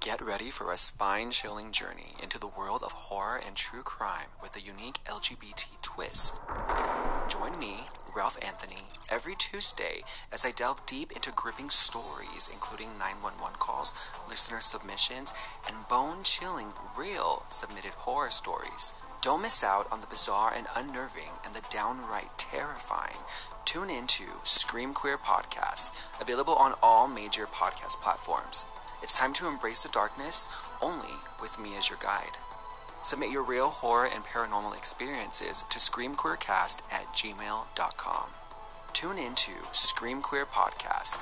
Get ready for a spine chilling journey into the world of horror and true crime with a unique LGBT twist. Join me, Ralph Anthony, every Tuesday as I delve deep into gripping stories, including 911 calls, listener submissions, and bone chilling, real submitted horror stories. Don't miss out on the bizarre and unnerving and the downright terrifying. Tune into Scream Queer Podcast, available on all major podcast platforms. It's time to embrace the darkness only with me as your guide. Submit your real horror and paranormal experiences to screamqueercast at gmail.com. Tune into Scream Queer Podcast.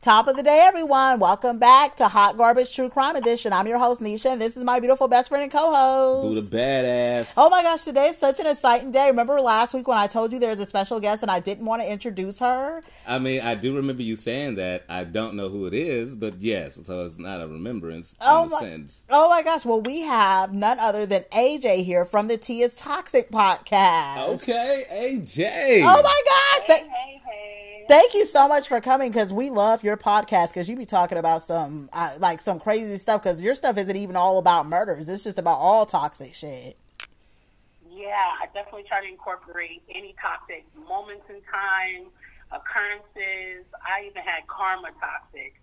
Top of the day, everyone. Welcome back to Hot Garbage True Crime Edition. I'm your host, Nisha, and this is my beautiful best friend and co Boo host. the badass. Oh my gosh, today is such an exciting day. Remember last week when I told you there was a special guest and I didn't want to introduce her? I mean, I do remember you saying that. I don't know who it is, but yes, so it's not a remembrance Oh in my- a sense. Oh my gosh, well, we have none other than AJ here from the Tea is Toxic podcast. Okay, AJ. Oh my gosh. Th- Hey, hey. Thank you so much for coming because we love your podcast because you be talking about some uh, like some crazy stuff because your stuff isn't even all about murders. It's just about all toxic shit. Yeah, I definitely try to incorporate any toxic moments in time, occurrences. I even had karma toxic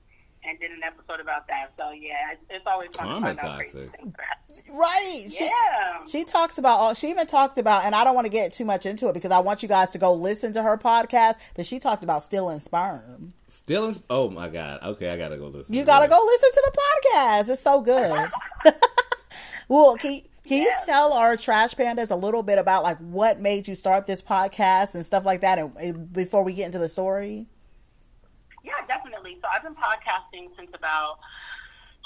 and did an episode about that. So yeah, it's, it's always fun Karma to find out crazy toxic. things. that happen. Right. She- Yeah. She talks about all she even talked about, and I don't want to get too much into it because I want you guys to go listen to her podcast. But she talked about stealing sperm. Still in. Oh my god. Okay, I gotta go listen. You to gotta this. go listen to the podcast. It's so good. well, can, can you tell our trash pandas a little bit about like what made you start this podcast and stuff like that? And, and before we get into the story, Yeah, definitely. So I've been podcasting since about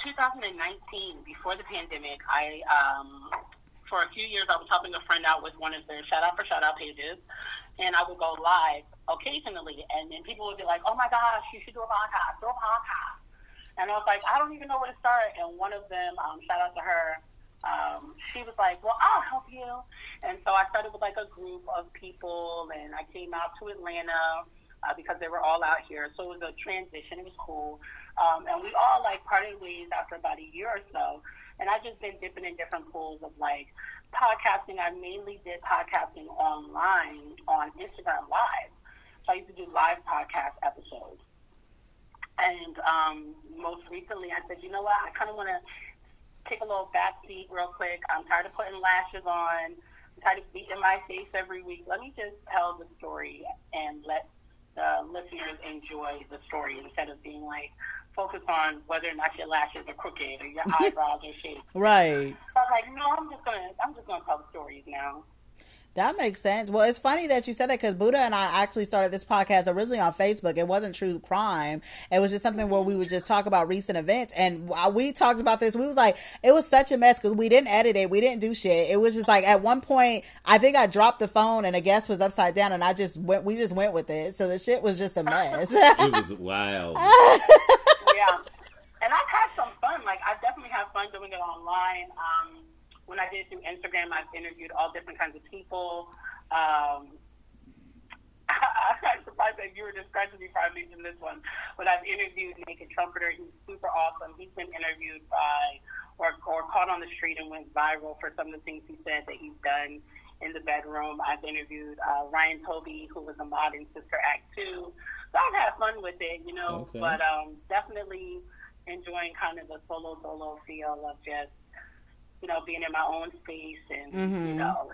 2019, before the pandemic. I um, for a few years I was helping a friend out with one of their shout out for shout out pages, and I would go live occasionally, and then people would be like, "Oh my gosh, you should do a podcast, do a podcast." And I was like, I don't even know where to start. And one of them, um, shout out to her, um, she was like, Well, I'll help you. And so I started with like a group of people, and I came out to Atlanta uh, because they were all out here. So it was a transition. It was cool. Um, and we all like parted ways after about a year or so. And I've just been dipping in different pools of like podcasting. I mainly did podcasting online on Instagram Live. So I used to do live podcast episodes. And um, most recently, I said, you know what? I kind of want to take a little back seat real quick. I'm tired of putting lashes on. I'm tired of beating my face every week. Let me just tell the story and let the listeners enjoy the story instead of being like focused on whether or not your lashes are crooked or your eyebrows are shaved. right? So I was like, no, I'm just gonna I'm just gonna tell the stories now. That makes sense. Well, it's funny that you said that because Buddha and I actually started this podcast originally on Facebook. It wasn't true crime. It was just something where we would just talk about recent events. And while we talked about this, we was like, it was such a mess because we didn't edit it. We didn't do shit. It was just like at one point, I think I dropped the phone and a guest was upside down, and I just went. We just went with it. So the shit was just a mess. It was wild. yeah. And I've had some fun. Like I definitely have fun doing it online. Um, when I did it through Instagram, I've interviewed all different kinds of people. Um, I, I'm surprised that you were describing me before I mentioned this one. But I've interviewed Naked Trumpeter. He's super awesome. He's been interviewed by or, or caught on the street and went viral for some of the things he said that he's done in the bedroom. I've interviewed uh, Ryan Toby, who was a mod in Sister Act 2. So I've had fun with it, you know, Okay. but um, definitely enjoying kind of the solo solo feel of just, you know, being in my own space and, you Mhm. know,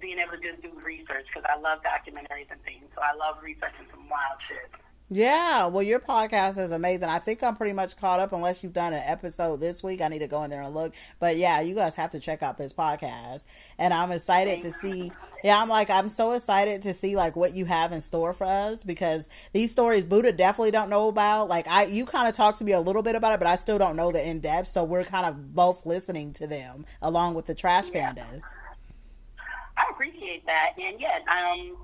being able to just do research because I love documentaries and things. So I love researching some wild shit. Yeah, well, your podcast is amazing. I think I'm pretty much caught up unless you've done an episode this week. I need to go in there and look. But yeah, you guys have to check out this podcast. And I'm excited to see. Yeah, I'm like, I'm so excited to see like what you have in store for us because these stories Buddha definitely don't know about. Like, I, you kind of talked to me a little bit about it, but I still don't know the in depth. So we're kind of both listening to them along with the Trash Yeah. Pandas. I appreciate that. And yes, um,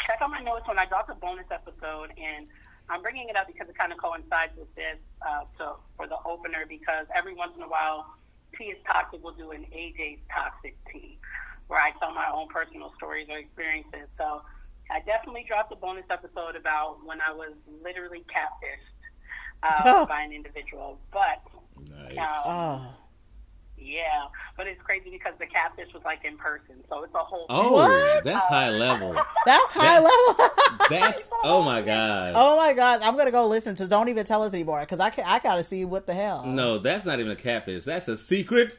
check out my notes when I drop the bonus episode. And I'm bringing it up because it kind of coincides with this uh, so for the opener because every once in a while, Tea is Toxic will do an AJ's Toxic Tea where I tell my own personal stories or experiences. So I definitely dropped a bonus episode about when I was literally catfished uh, by an individual. But Nice. um, Oh, yeah, but it's crazy because the catfish was like in person. So it's a whole Oh, What? that's high level. that's high level. That's oh my god. Oh my gosh, I'm gonna go listen to. Don't even tell us anymore because I can, I gotta see what the hell. No, that's not even a catfish. That's a secret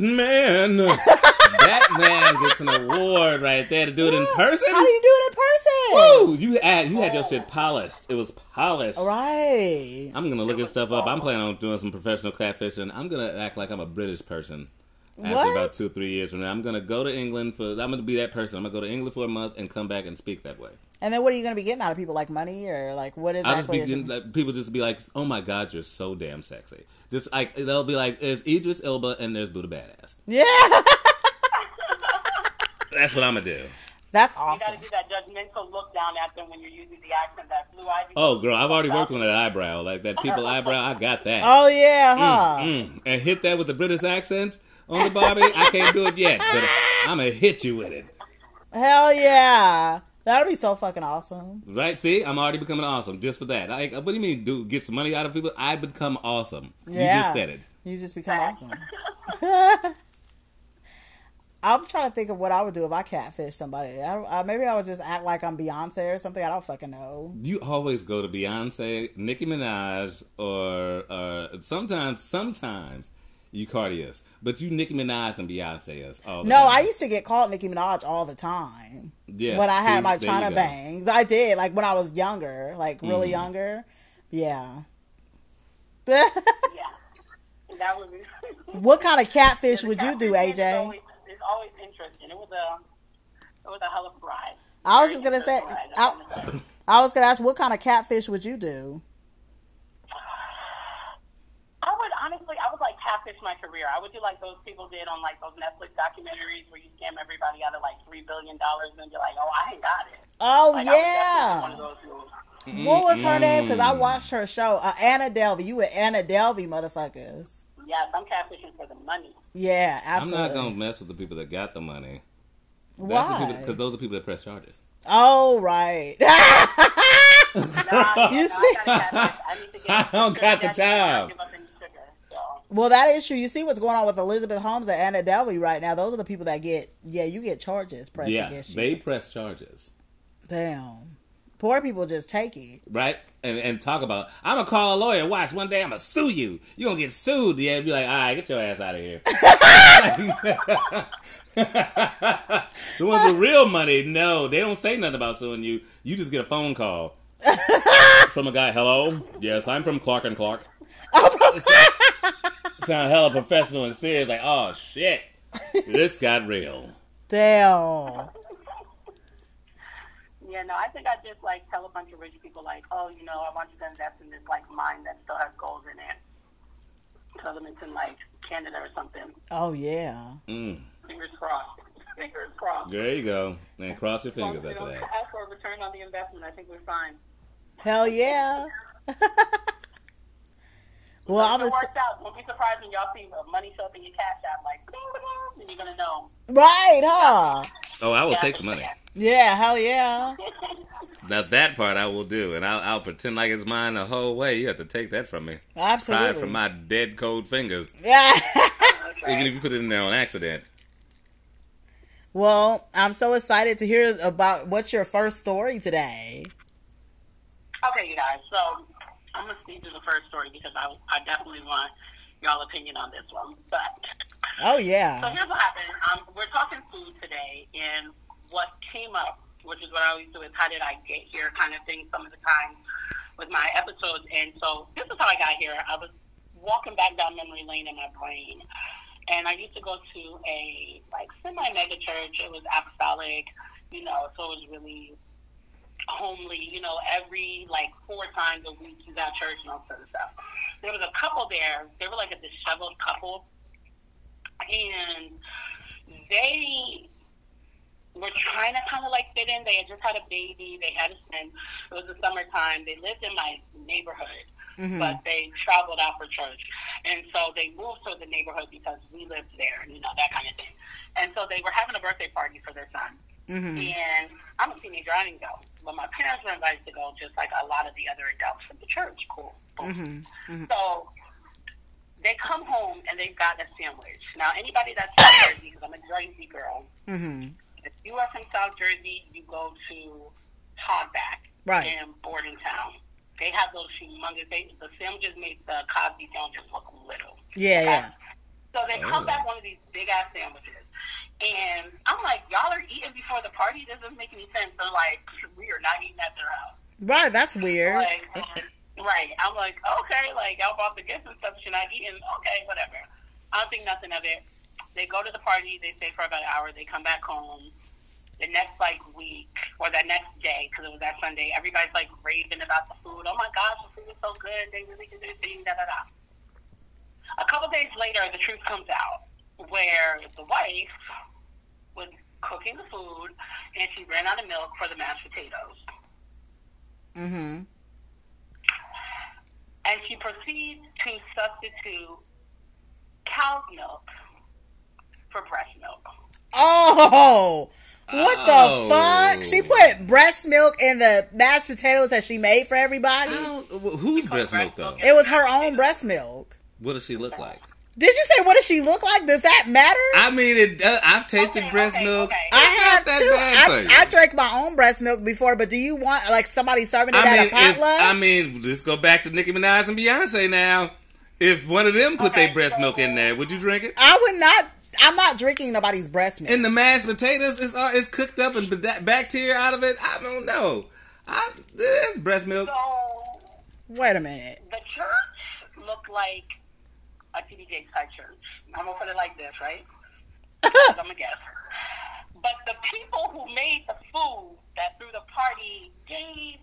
man. that man gets an award right there to do it in person. How do you do it in person? Woo! You had you had your shit polished. It was polished. All right. I'm gonna look his stuff up. I'm planning on doing some professional catfishing. I'm gonna act like I'm a British person. After What? about two, three years from now, I'm gonna go to England for. I'm gonna be that person. I'm gonna go to England for a month and come back and speak that way. And then what are you gonna be getting out of people? Like money or like what is I'll just actually? be getting, like, people just be like, "Oh my God, you're so damn sexy." Just like they'll be like, "There's Idris Elba and there's Buddha Badass." yeah, That's what I'm gonna do. that's You awesome. gotta do that judgmental look down at them when you're using the accent, that blue ivy. Oh girl, I've already worked on that eyebrow, like that people eyebrow. I got that. Oh yeah, huh? Mm, and hit that with the British accent on the Barbie. I can't do it yet, but I'm gonna hit you with it. mm. Hell yeah, that would be so fucking awesome. Right? See, I'm already becoming awesome just for that. Like, what do you mean? Do get some money out of people? I become awesome. You Yeah. just said it. You just become awesome. I'm trying to think of what I would do if I catfish somebody. I, I, maybe I would just act like I'm Beyonce or something. I don't fucking know. You always go to Beyonce, Nicki Minaj, or or sometimes sometimes you Cardi is, but you Nicki Minaj and Beyonce is all the No, time. I used to get called Nicki Minaj all the time. Yes, when I had see, my there you China go. Mm-hmm. bangs. I did, like when I was younger, like really younger. Yeah. Yeah. That was. what kind of catfish would you do, It's AJ? always, it's always interesting. It was a, it was a hell of a ride. I was just gonna say, Ride, that's I, what I'm gonna say. I was gonna ask, what kind of catfish would you do? I would honestly, I would like catfish my career. I would do like those people did on like those Netflix documentaries where you scam everybody out of like three billion dollars and you're like, oh, I ain't got it. Oh Like, I would definitely do yeah. one of those moves. What was her name? Because Mm-hmm. I watched her show, uh, Anna Delvey. You were Anna Delvey, motherfuckers. Yes, I'm catfishing for the money. Yeah, I'm absolutely. not gonna mess with the people that got the money. Why? Because those are people that press charges. oh right. Nah, You no, see- I, gotta catfish. I need to get I don't sugar. got the Yes, I time. cannot give up any sugar, so. well, that is true. You see what's going on with Elizabeth Holmes and Anna Delvey right now. Those are the people that get yeah, you get charges pressed yeah, against you. they press charges, Damn. Poor people just take it. right? And and talk about I'm gonna call a lawyer. Watch one day I'm gonna sue you. You gonna get sued. Yeah, be like, all right, get your ass out of here. the ones with real money, no, they don't say nothing about suing you. You just get a phone call from a guy. Hello, yes, I'm from Clark and Clark. Sound hella professional and serious. Like, oh shit, this got real. Damn. Yeah, no, I think I just like tell a bunch of rich people like, oh, you know, I want you to invest in this like mine that still has gold in it. Tell them it's in like Canada or something. Oh yeah. Fingers crossed. Fingers crossed. There you go. And cross your As long as fingers we after don't that. ask for a return on the investment, I think we're fine. Hell yeah. well, Well, I'm if it a, works out, don't be surprised when y'all see uh, money show up in your cash app like, ding, ding, ding, and you're gonna know. right, huh? Oh, I will take the money. Yeah, hell yeah. Now that part I will do, and I'll, I'll pretend like it's mine the whole way. You have to take that from me. Absolutely. Pride from my dead cold fingers. yeah. Even if you put it in there on accident. well, I'm so excited to hear about what's your first story today. Okay, you guys. So I'm gonna speak to the first story because I I definitely want y'all opinion on this one, but. Oh So yeah. here's what happened. Um, we're talking food today, and what came up which is what I always do is how did I get here kind of thing some of the time with my episodes. And so this is how I got here. I was walking back down memory lane in my brain. And I used to go to a like semi mega church. It was apostolic, you know, so it was really homely, you know, every like four times a week you got church and all sort of stuff. There was a couple there, they were like a disheveled couple and they were trying to kind of like fit in. They had just had a baby. They had a son. It was the summertime. They lived in my neighborhood, Hmm. Mm-hmm. but they traveled out for church. And so they moved to the neighborhood because we lived there, you know, that kind of thing. And so they were having a birthday party for their son. And I'm a teenager. I didn't go. But my parents were invited to go, just like a lot of the other adults from the church. Cool. Boom. So they come home and they've got a sandwich. Now, anybody that's from Jersey, because I'm a Jersey girl, if you are from South Jersey, you go to Hogback Right. in Bordentown. They have those humongous. They, the sandwiches make the Cosby sandwiches look little. Yeah, yeah. So they come back one of these big ass sandwiches, and I'm like, y'all are eating before the party. This doesn't make any sense. They're like, we are not eating at their house. Right, that's weird. Like, right. I'm like, okay, like, y'all bought the gifts and stuff. You're not eating. Okay, whatever. I don't think nothing of it. They go to the party. They stay for about an hour. They come back home. The next, like, week or that next day, because it was that Sunday, everybody's, like, raving about the food. Oh, my gosh, the food is so good. They really did their thing, da-da-da. A couple days later, the truth comes out, where the wife was cooking the food, and she ran out of milk for the mashed potatoes. Mm-hmm. and she proceeds to substitute cow's milk for breast milk. Oh, what Oh. the fuck? She put breast milk in the mashed potatoes that she made for everybody. I don't, wh- who's breast milk though? It was her own breast milk. What does she look like? Did you say what does she look like? Does that matter? I mean, it, uh, I've tasted Okay, breast okay, milk. okay. It's not have that too. bad for you. I, I drank my own breast milk before, but do you want like somebody serving it I at mean, a if, potluck? I mean, let's go back to Nicki Minaj and Beyonce now. If one of them put Okay, their breast so- milk in there, would you drink it? I would not. I'm not drinking nobody's breast milk. And the mashed potatoes is all- is cooked up and bada- bacteria out of it. I don't know. I this breast milk. So Wait a minute. the church looked like a TDJ type church. I'm gonna put it like this, right? I'm gonna guess. But the people who made the food that threw the party gave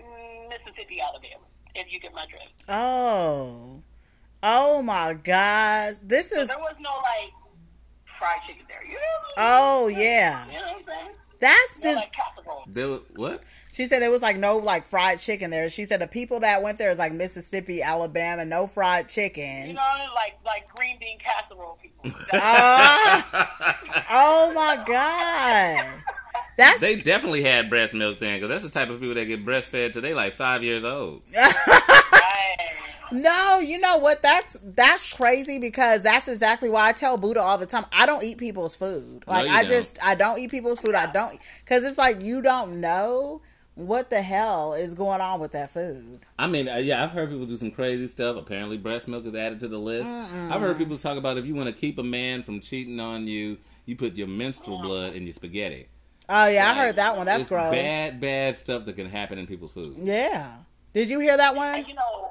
mm, Mississippi out of it, if you get my drift. Oh, oh my gosh, this is. There was no like fried chicken there. You know what I'm Oh saying? yeah, You know what I'm saying? that's More this. like casserole. There was, what? She said there was like no like fried chicken there. She said the people that went there is like Mississippi, Alabama, no fried You chicken. know, like like green bean casserole people. That's Oh, oh my god, that's They definitely had breast milk then, because that's the type of people that get breastfed till they like five years old. right. No, you know what? That's that's crazy because that's exactly why I tell Buddha all the time. I don't eat people's food. Like you I don't. just I don't eat people's food. I don't because it's like you don't know what the hell is going on with that food. I mean, uh, yeah, I've heard people do some crazy stuff. Apparently, breast milk is added to the list. I've heard people talk about if you want to keep a man from cheating on you, you put your menstrual blood in your spaghetti. Oh yeah, I Like, heard that one. That's it's gross. Bad, bad stuff that can happen in people's food. Yeah. Did you hear that And one? you know,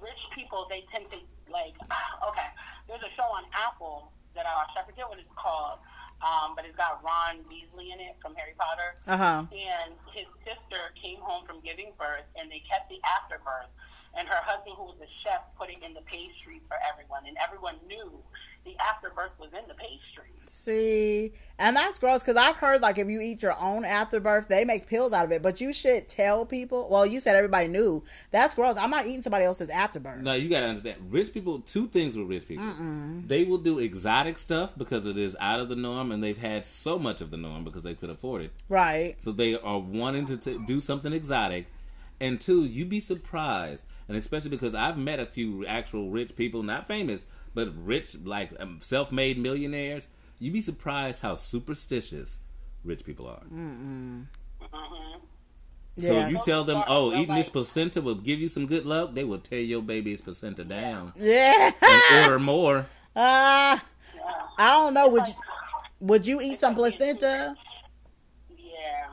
rich people they tend to like. Okay, there's a show on Apple that I watched. I forget what it's called, um, but it's got Ron Weasley in it from Harry Potter. Uh huh. And his sister came home from giving birth, and they kept the afterbirth. And her husband, who was a chef, put it in the pastry for everyone, and everyone knew the afterbirth was in the pastry. See, and that's gross because I've heard like if you eat your own afterbirth, they make pills out of it. But you should tell people. Well, you said everybody knew. That's gross. I'm not eating somebody else's afterbirth. No, you gotta understand. Rich people, two things with rich people. They will do exotic stuff because it is out of the norm, and they've had so much of the norm because they could afford it. Right. So they are wanting to t- do something exotic. And two, you'd be surprised, and especially because I've met a few actual rich people, not famous, but rich, like um, self-made millionaires. You'd be surprised how superstitious rich people are. So Mm. Yeah. if you tell them, Sorry, "Oh, no, eating this like- placenta will give you some good luck," they will tear your baby's placenta down yeah. and order more. Uh, I don't know. Would you, would you eat some placenta? Yeah,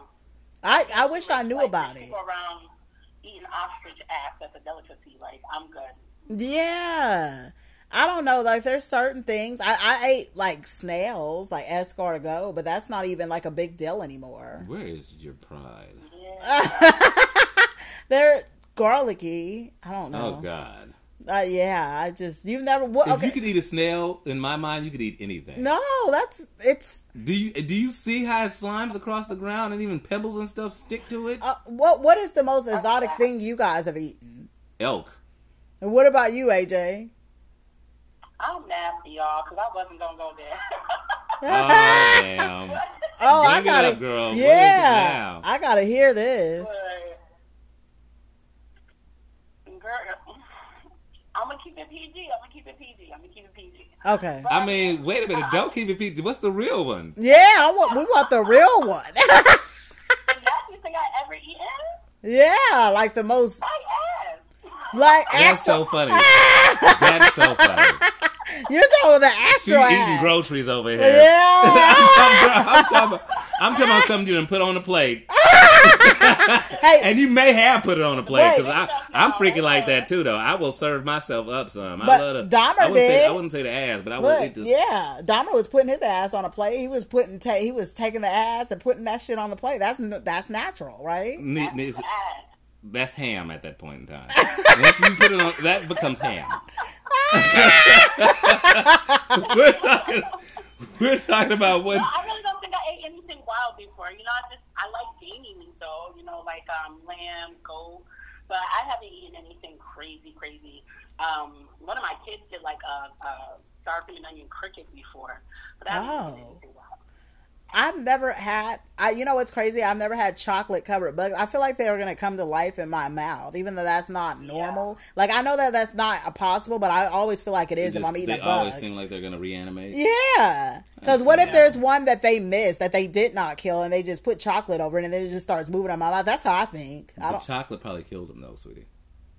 I, I wish I knew like, about there's it. People around eating ostrich ass as a delicacy. Like I'm good. Yeah. I don't know. Like, there's certain things. I, I ate, like, snails, like escargot, but that's not even, like, a big deal anymore. Where is your pride? Yeah. They're garlicky. I don't know. Oh God! Uh, yeah, I just, you've never, what, If okay. you could eat a snail, in my mind, you could eat anything. no, that's, it's, Do you do you see how slimes across the ground and even pebbles and stuff stick to it? uh, what, what is the most exotic thing you guys have eaten? Elk. And what about you, AJ? I'm mad for y'all because I wasn't gonna go there. Oh damn! Oh, I Bring it gotta, up, girl. What is it yeah, now? I gotta hear this. But, girl, I'm gonna keep it PG. I'm gonna keep it PG. I'm gonna keep it PG. Okay. I mean, wait a minute. Don't keep it. pe- What's the real one? Yeah, I want, we want the real one. The nastiest thing I ever eaten? yeah, like the most, My ass. like That's actual. so funny. That's so funny. You're talking about the She actual eating ass. groceries over here. yeah. I'm talking, girl, I'm talking about, I'm talking about something you done put on a plate, hey, and you may have put it on a plate Wait. because I I'm freaking like that too. Though I will serve myself up some. But I love the, Dahmer I wouldn't Say, did. I wouldn't say the ass, but I will look, eat the. yeah, Dahmer was putting his ass on a plate. He was putting, ta- he was taking the ass and putting that shit on the plate. That's n- that's natural, right? Ne- ne- Ass. That's ham at that point in time. Once you put it on, that becomes ham. we're talking. We're talking about what. No, I really don't think I ate anything wild before. You know, I just I like gamey meat though. You know, like um, lamb, goat. But I haven't eaten anything crazy, crazy. Um, one of my kids did like a, a starfruit and onion cricket before, but I haven't eaten Oh. anything wild. I've never had. I you know what's crazy? I've never had chocolate covered bugs. I feel like they were gonna come to life in my mouth, even though that's not normal. Like I know that that's not a possible, but I always feel like it is Just- if I'm eating they a always bug. seem like they're gonna reanimate. yeah, because That's what if nasty. there's one that they missed that they did not kill and they just put chocolate over it and then it just starts moving on my mouth? That's how I think. I The don't. chocolate probably killed them though, sweetie.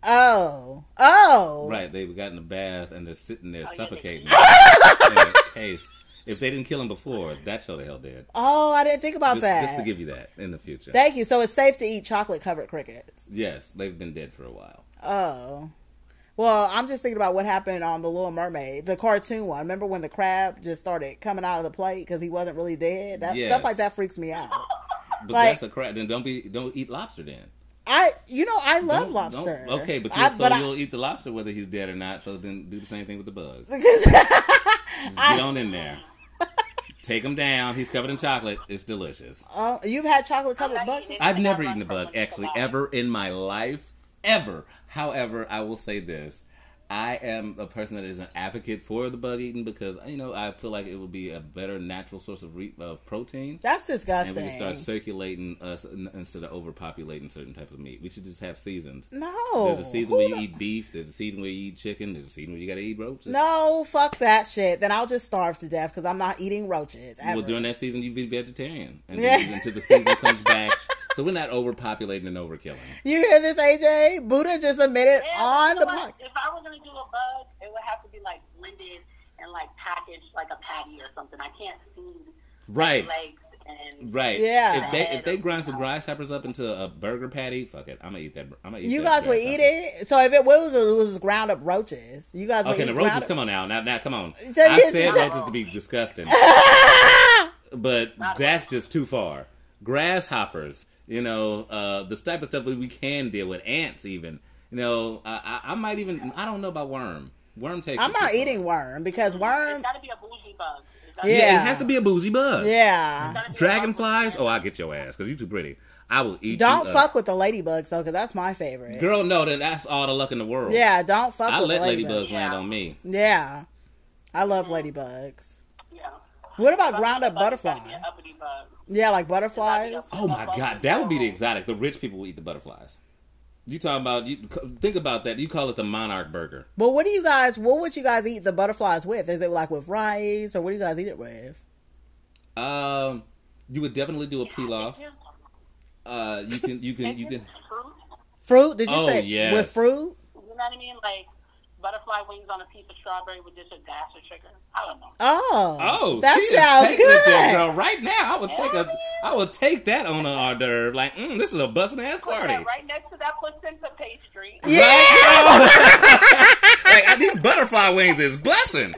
Oh, oh, Right, they got in the bath and they're sitting there Oh, yeah, suffocating. they Yeah, case. If they didn't kill him before, that show the hell did. oh, I didn't think about Just, that. just to give you that in the future. Thank you. So it's safe to eat chocolate covered crickets. yes, they've been dead for a while. Oh. Well, I'm just thinking about what happened on The Little Mermaid, the cartoon one. Remember when the crab just started coming out of the plate because he wasn't really dead? That stuff Yes. like that freaks me out. But Like- that's a crap. Then don't be don't eat lobster then. I, you know, I love Don't- lobster. don't- okay, but, I, you'll so but I- you'll eat the lobster whether he's dead or not. So then do the same thing with the bugs. because Just get on in there. Take him down. He's covered in chocolate. It's delicious. oh, you've had chocolate covered I'm not bugs. eating I've anything never I eaten a love bug from actually Chipotle. ever in my life ever. However, I will say this. I am a person that is an advocate for the bug eating because you know I feel like it would be a better natural source of re- of protein, That's and we disgusting. can start circulating us in- instead of overpopulating certain types of meat. We should just have seasons. no, There's a season Oh, Who where you the- eat beef. There's a season where you eat chicken. There's a season where you gotta eat roaches. No, fuck that shit. Then I'll just starve to death because I'm not eating roaches. Ever. Well, during that season you be vegetarian, and Yeah. then until the season comes back. So we're not overpopulating and overkilling. you hear this, AJ? Buddha just admitted Yeah, on you the know podcast. what? If I was gonna do a bug, it would have to be like blended and like packaged like a patty or something. I can't see Right. legs and Right. Yeah. If they if they grind some grasshoppers up into a burger patty, fuck it. I'm gonna eat that. I'm gonna eat. You that guys would eat grasshopper. it. So if it was, it was ground up roaches. You guys would Okay, eat the ground roaches. up- Come on now, now, now, come on. So I you said just- roaches to be disgusting, but that's just too far. Grasshoppers, you know, uh, this type of stuff that we can deal with. Ants, even, you know, I, I, I might even. I don't know about worm. Worm takes. I'm it too not far. eating worm because It's worm. gotta be a bougie bug. It's gotta Yeah, be- Yeah. it has to be a bougie bug. it's Yeah. gotta be a Dragonflies. bug Oh, I will get your ass because you too pretty. I will eat. Don't you up. fuck with the ladybugs though, because that's my favorite. Girl, no, then that's all the luck in the world. Yeah, don't fuck I with let the ladybugs. ladybugs land Yeah. on me. Yeah, I love ladybugs. with- yeah. What about ground up Bug, it's gotta be butterfly? an uppity bug. Yeah, like butterflies. Oh my god, that would be the exotic. The rich people will eat the butterflies. You talking about? You think about that. You call it the monarch burger. But what do you guys? What would you guys eat the butterflies with? Is it like with rice, or what do you guys eat it with? Um, you would definitely do a pilaf. It's Uh, you can, you can, you can. fruit. Fruit? Did you Oh, say yes. with fruit? You know what I mean? Like butterfly wings on a piece of strawberry with just a dash of sugar. I don't know. Oh, Oh, that she is sounds taking it there, good. girl. Right now, I would take a, I would take that on an hors d'oeve. Like, mm, this is a busting ass Put party. that right next to that placenta pastry. Yeah. Right? like these butterfly wings is busting.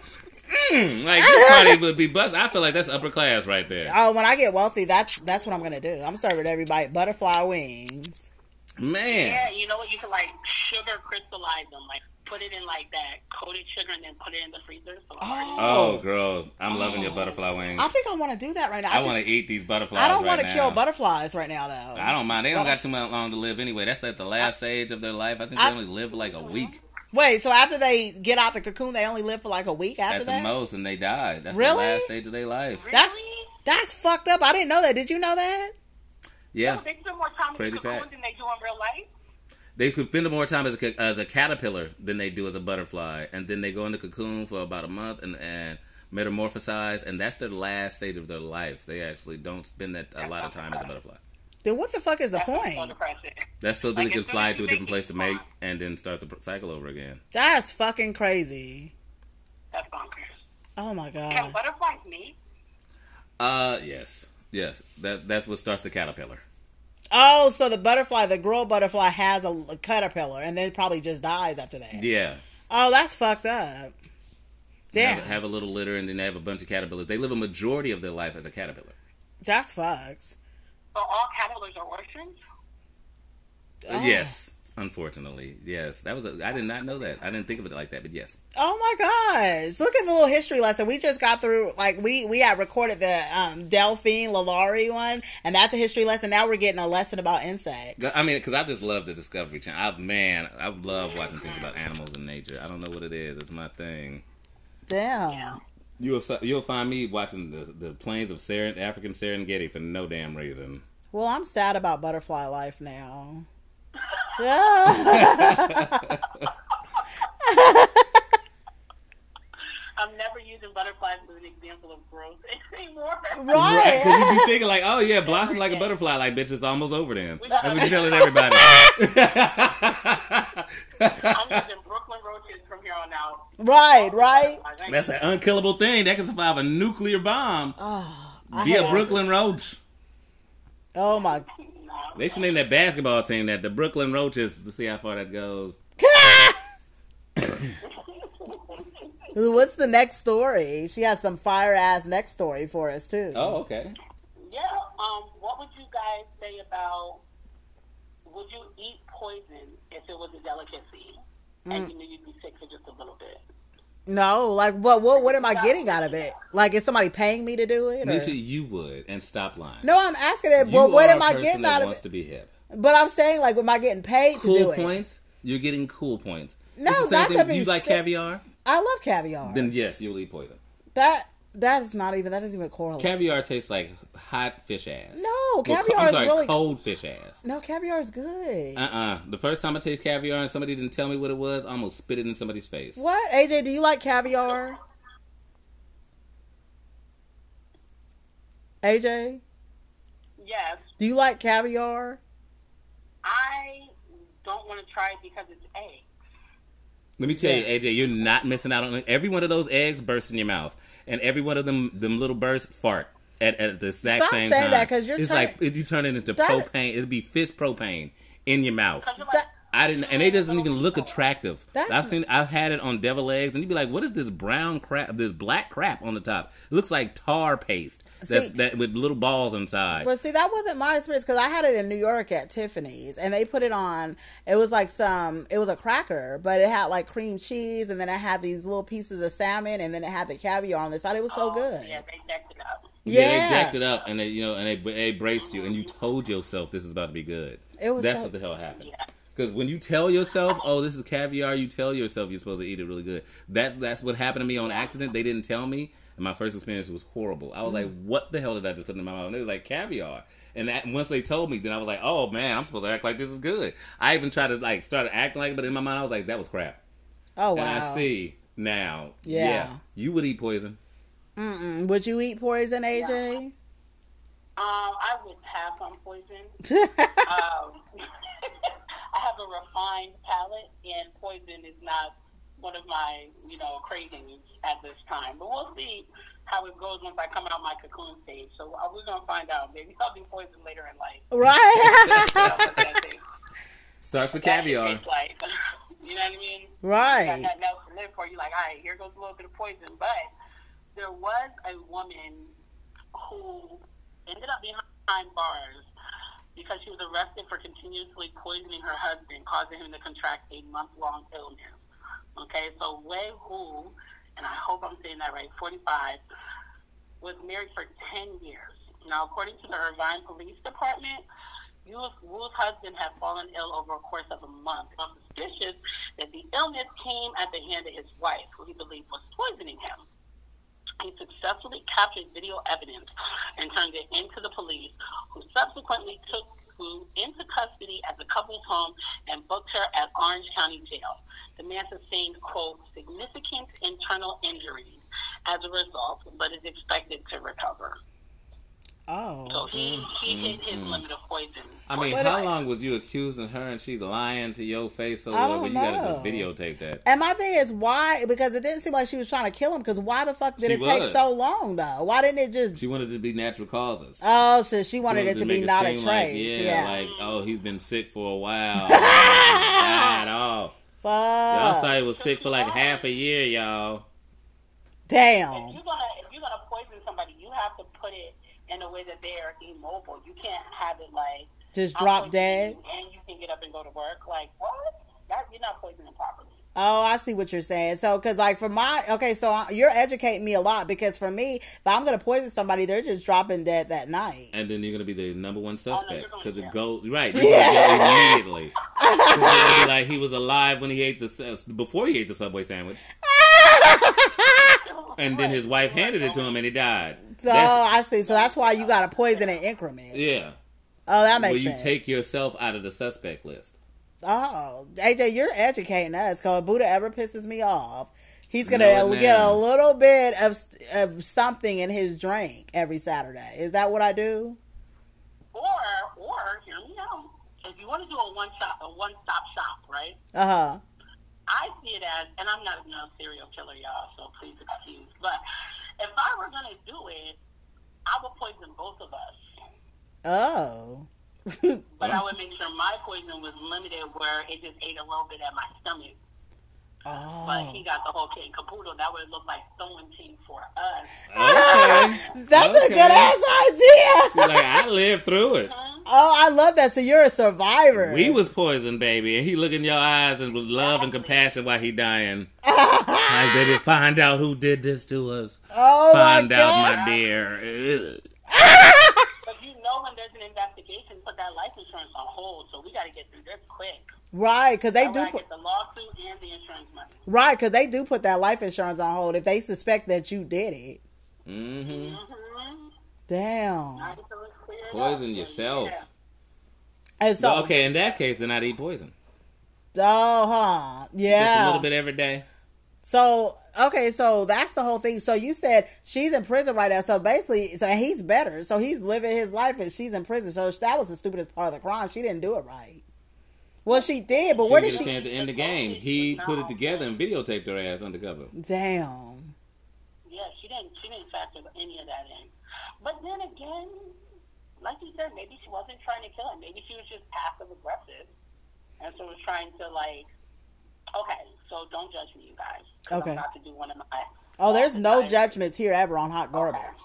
Mm, like this party would be busting. I feel like that's upper class right there. Oh, when I get wealthy, that's that's what I'm gonna do. I'm serving everybody butterfly wings. Man, Yeah, you know what? You can like sugar crystallize them, like put it in like that coated sugar, and then put it in the freezer. So Oh. oh girl, I'm loving your butterfly wings. I think I want to do that right now. I, I just, want to eat these butterflies. I don't right want to now. kill butterflies right now though. I don't mind. They don't got too much long to live anyway. That's at the last stage of their life. I think they I- only live like a week Wait, so after they get out the cocoon, they only live for like a week after at the that. most, and they die. That's the Really? last stage of their life. That's Really? that's fucked up. I didn't know that. Did you know that? Yeah, they spend more time Oh. Crazy in the cocoon fact. than they do in real life. they could spend more time as a, ca- as a caterpillar than they do as a butterfly, and then they go in the cocoon for about a month and and metamorphosize, and that's their last stage of their life. They actually don't spend that a lot of time as a butterfly. Then what the fuck is the That's what's so point? depressing. That's so that Like, they can as soon fly as to a you different make place to it, you mate fly. and then start the pr- cycle over again. That's fucking crazy. That's bonkers. Oh my Can god. butterflies mate? Uh, yes, yes, that that's what starts the caterpillar. Oh, so the butterfly, the girl butterfly, has a, a caterpillar, and then probably just dies after that. Yeah. Oh, that's fucked up. Damn, Have, have a little litter and then they have a bunch of caterpillars. They live a majority of their life as a caterpillar. that's fucked. So all caterpillars are orphans? Uh, Yes, unfortunately, yes. That was a, I did not know that. I didn't think of it like that, but yes. Oh my gosh! Look at the little history lesson we just got through. Like we we had recorded the um, Delphine Lalaurie one, and that's a history lesson. Now we're getting a lesson about insects. I mean, because I just love the Discovery Channel. I, man, I love watching things about animals and nature. I don't know what it is. It's my thing. Damn. You'll s- you'll find me watching the the plains of Seren, African Serengeti for no damn reason. Well, I'm sad about butterfly life now. Yeah. I'm never using butterflies as an example of growth anymore. Right? right. Because you be thinking like, oh yeah, blossom like a butterfly. Like, bitch, it's almost over then. That's what you're telling everybody. I'm using Brooklyn roaches from here on out. Right, right. That's an unkillable thing that can survive a nuclear bomb. Oh, I be a had- Brooklyn Roach. Oh my. They should name that basketball team that the Brooklyn Roaches to see how far that goes. What's the next story? She has some fire ass next story for us too. Oh. okay. Yeah. Um. What would you guys say about? Would you eat poison if it was a delicacy, Mm. and you knew you'd be sick for just a little bit? No, like what? What? What am I getting out of it? Like, is somebody paying me to do it? or- Nisha, you would and stop lying. No, I'm asking it. you Well, what are am a I person getting that out of wants it? to be hip. But I'm saying, like, am I getting paid to do Cool it? points. You're getting cool points. No, It's the same that thing. could be You like sick. caviar? I love caviar. Then yes, you'll eat poison. that that is not even that doesn't even correlate. Caviar tastes like hot fish ass. no, Well, caviar co- I'm is sorry, really cold fish ass. no caviar is good. Uh-uh. The first time I taste caviar and somebody didn't tell me what it was, I almost spit it in somebody's face. what AJ? Do you like caviar? AJ, Yes. do you like caviar? I don't want to try it because it's egg. Let me tell you, AJ, you're not missing out on it. every one of those eggs bursts in your mouth, and every one of them them little birds fart at, at the exact Stop same saying time. that, 'cause you're it's turn- like it- you turn it into That- propane. It'd be fist propane in your mouth. Cause you're like, That- I didn't, and it doesn't even look attractive. That's- I've seen, I've had it on devil eggs, and you'd be like, "What is this brown crap? This black crap on the top? It looks like tar paste. That's See- that with little balls inside." But see, that wasn't my experience because I had it in New York at Tiffany's, and they put it on. It was like some, it was a cracker, but it had like cream cheese, and then it had these little pieces of salmon, and then it had the caviar on the side. It was so oh, good. Yeah, they decked it up. Yeah, Yeah. they decked it up, and they, you know, and they, they braced you, and you told yourself this is about to be good. It was that's so- what the hell happened. Yeah. Because when you tell yourself, "Oh, this is caviar," you tell yourself you're supposed to eat it really good. That's that's what happened to me on accident. They didn't tell me, and my first experience was horrible. I was like, Mm. "What the hell did I just put in my mouth?" And it was like caviar. And that, once they told me, then I was like, "Oh man, I'm supposed to act like this is good." I even tried to like start acting like it, but in my mind, I was like, "That was crap." Oh wow! And I see now. Yeah. you would eat poison. Would you eat poison, AJ? Um, I would pass on poison. um, I have a refined palate, and poison is not one of my, you know, cravings at this time. But we'll see how it goes once I come out my cocoon stage. So uh, we're gonna find out. Maybe I'll be poisoned later in life. Right. That's what that is. Starts with That's caviar. just Like, you know what I mean? Right. You got nothing else to live for. You're like, all right, here goes a little bit of poison. But there was a woman who ended up behind bars because she was arrested for continuously poisoning her husband, causing him to contract a month long illness. Okay, so Wei Hu, and I hope I'm saying that right, 45, was married for 10 years. Now, according to the Irvine Police Department, Wu's Wu's husband had fallen ill over a course of a month. I'm suspicious that the illness came at the hand of his wife, who he believed was poisoning him. He successfully captured video evidence and turned it into the police, who subsequently took Wu into custody at the couple's home and booked her at Orange County Jail. The man sustained, quote, significant internal injuries as a result, but is expected to recover. So Oh. he, he hit his limit of poison. Mm-hmm. I mean, But how I- long was you accusing her and she lying to your face or I whatever? don't You gotta just know. videotape that. And my thing is why? Because it didn't seem like she was trying to kill him. Because why the fuck did She it take was. so long though? Why didn't it just? She wanted it to be natural causes. oh, so she wanted wanted it to make be not a seem trace. like, yeah. like oh, he's been sick for a while. Died off. Y'all Fuck. saw he was sick for like half a year, y'all. if Damn. you're gonna if you're gonna poison somebody, you have to put it in a way that they are immobile. You can't have it like Just I'm drop dead. poisoning you and you can get up and go to work. Like what? That you're not poisoning properly. Oh, I see what you're saying. So, because like for my okay, so I- you're educating me a lot because for me, if I'm gonna poison somebody, they're just dropping dead that night. And then you're gonna be the number one suspect going because to it goes right. You're gonna go immediately. 'Cause they're gonna be like he was alive when he ate the sa- before he ate the subway sandwich, and then his wife handed it to him and he died. So That's- I see. So that's why you gotta poison in increments. yeah. Oh, that Well, makes you sense. take yourself out of the suspect list. oh, AJ, you're educating us. Cause if Buddha ever pisses me off, he's Know gonna it get a now. little bit of of something in his drink every Saturday. Is that what I do? Or or hear me out. If you want to do a one shop a one stop shop, right? Uh huh. I see it as, and I'm not a known serial killer, y'all, so please excuse. But if I were gonna do it, I would poison both of us. Oh. But I would make sure my poison was limited where it just ate a little bit at my stomach. But he got the whole kit and caboodle. That would look like throwing tea for us. Okay. That's a Okay. good ass idea. She's like, I lived through it. Oh, I love that. So you're a survivor. We was poisoned, baby, and he look in your eyes and with love and compassion while he dying. like, baby, find out who did this to us. oh find my out, god. my dear. Ugh. But you know when there's an investigation, put that life insurance on hold. So we got to get through this quick. Right, because they I do gotta put get the lawsuit and the insurance money. right because they do put that life insurance on hold if they suspect that you did it. Mhm. Mm-hmm. Damn. Poison yourself. And so Well, okay, in that case, then I'd eat poison. Oh, huh. Yeah. Just a little bit every day. So okay, so that's the whole thing. So you said she's in prison right now. So basically, so he's better. So he's living his life, and she's in prison. So that was the stupidest part of the crime. She didn't do it right. Well, she did, but She where didn't did get a she? chance to end the game. He put it together and videotaped her ass undercover. Damn. Yeah, she didn't. She didn't factor any of that in. But then again, like you said, maybe she wasn't trying to kill him. Maybe she was just passive aggressive, and so was trying to like. Okay, so don't judge me, you guys. 'cause Okay. I'm about to do one of my. Oh, there's no judgments here ever on hot garbage.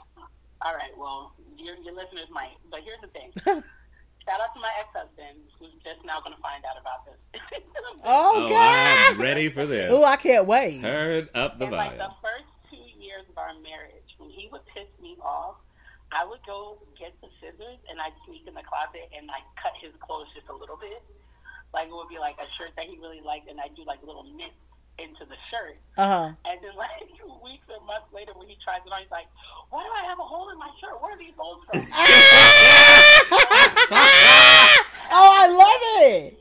All right. Well, your your listeners might, but here's the thing. Shout out to my ex-husband, who's just now going to find out about this. Oh, Oh, God. I'm ready for this. Oh, I can't wait. Heard up the And like the volume. first two years of our marriage, when he would piss me off, I would go get the scissors and I'd sneak in the closet and like cut his clothes just a little bit. Like it would be like a shirt that he really liked, and I'd do like little knits into the shirt. Uh huh. And then like two weeks or months later, when he tries it on, he's like, "Why do I have a hole in my shirt? Where are these holes from?" Oh, I love it.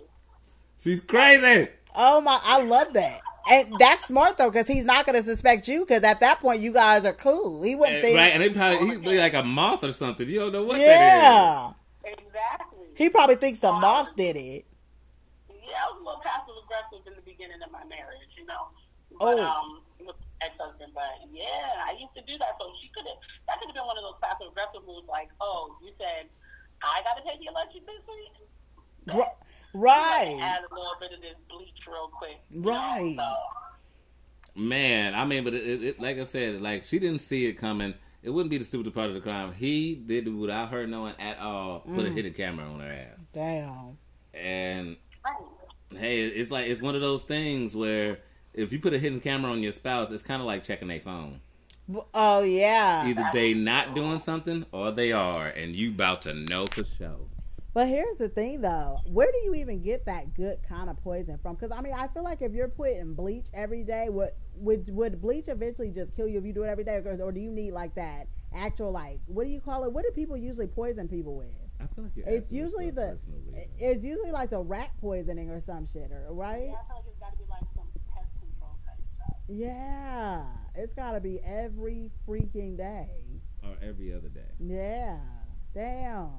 She's crazy. Oh my, I love that. And that's smart though, because he's not going to suspect you. Because at that point, you guys are cool. He wouldn't think, Eh, Right, and they probably he'd be like a moth or something. You don't know what that yeah. exactly. He probably thinks the moths did it. yeah, I was a little passive aggressive in the beginning of my marriage, you know. But, Oh. um, with ex-husband, but yeah, I used to do that. So she could have, that could have been one of those passive aggressive moves like, oh, you said, I got to pay the electric this week? Ri- Like, Right. Add a little bit of this bleach real quick. you know, Right. Man, I mean, but it, it, it, like I said, like she didn't see it coming. It wouldn't be the stupid part of the crime. He did it without her knowing at all. Mm. Put a hidden camera on her ass, Damn. and Right. hey, it's like it's one of those things where if you put a hidden camera on your spouse, it's kind of like checking their phone. Oh yeah. Either they not doing something or they are, and you about to know for sure. But here's the thing, though. Where do you even get that good kind of poison from? Because I mean, I feel like if you're putting bleach every day, would would would bleach eventually just kill you if you do it every day, or, or do you need like that actual like what do you call it? What do people usually poison people with? I feel like you're It's asking this usually for a the personal reason. it's usually like the rat poisoning or some shit, or right? Yeah, I feel like it's got to be like some pest control type stuff. Yeah, it's gotta be every freaking day. or every other day. Yeah, damn.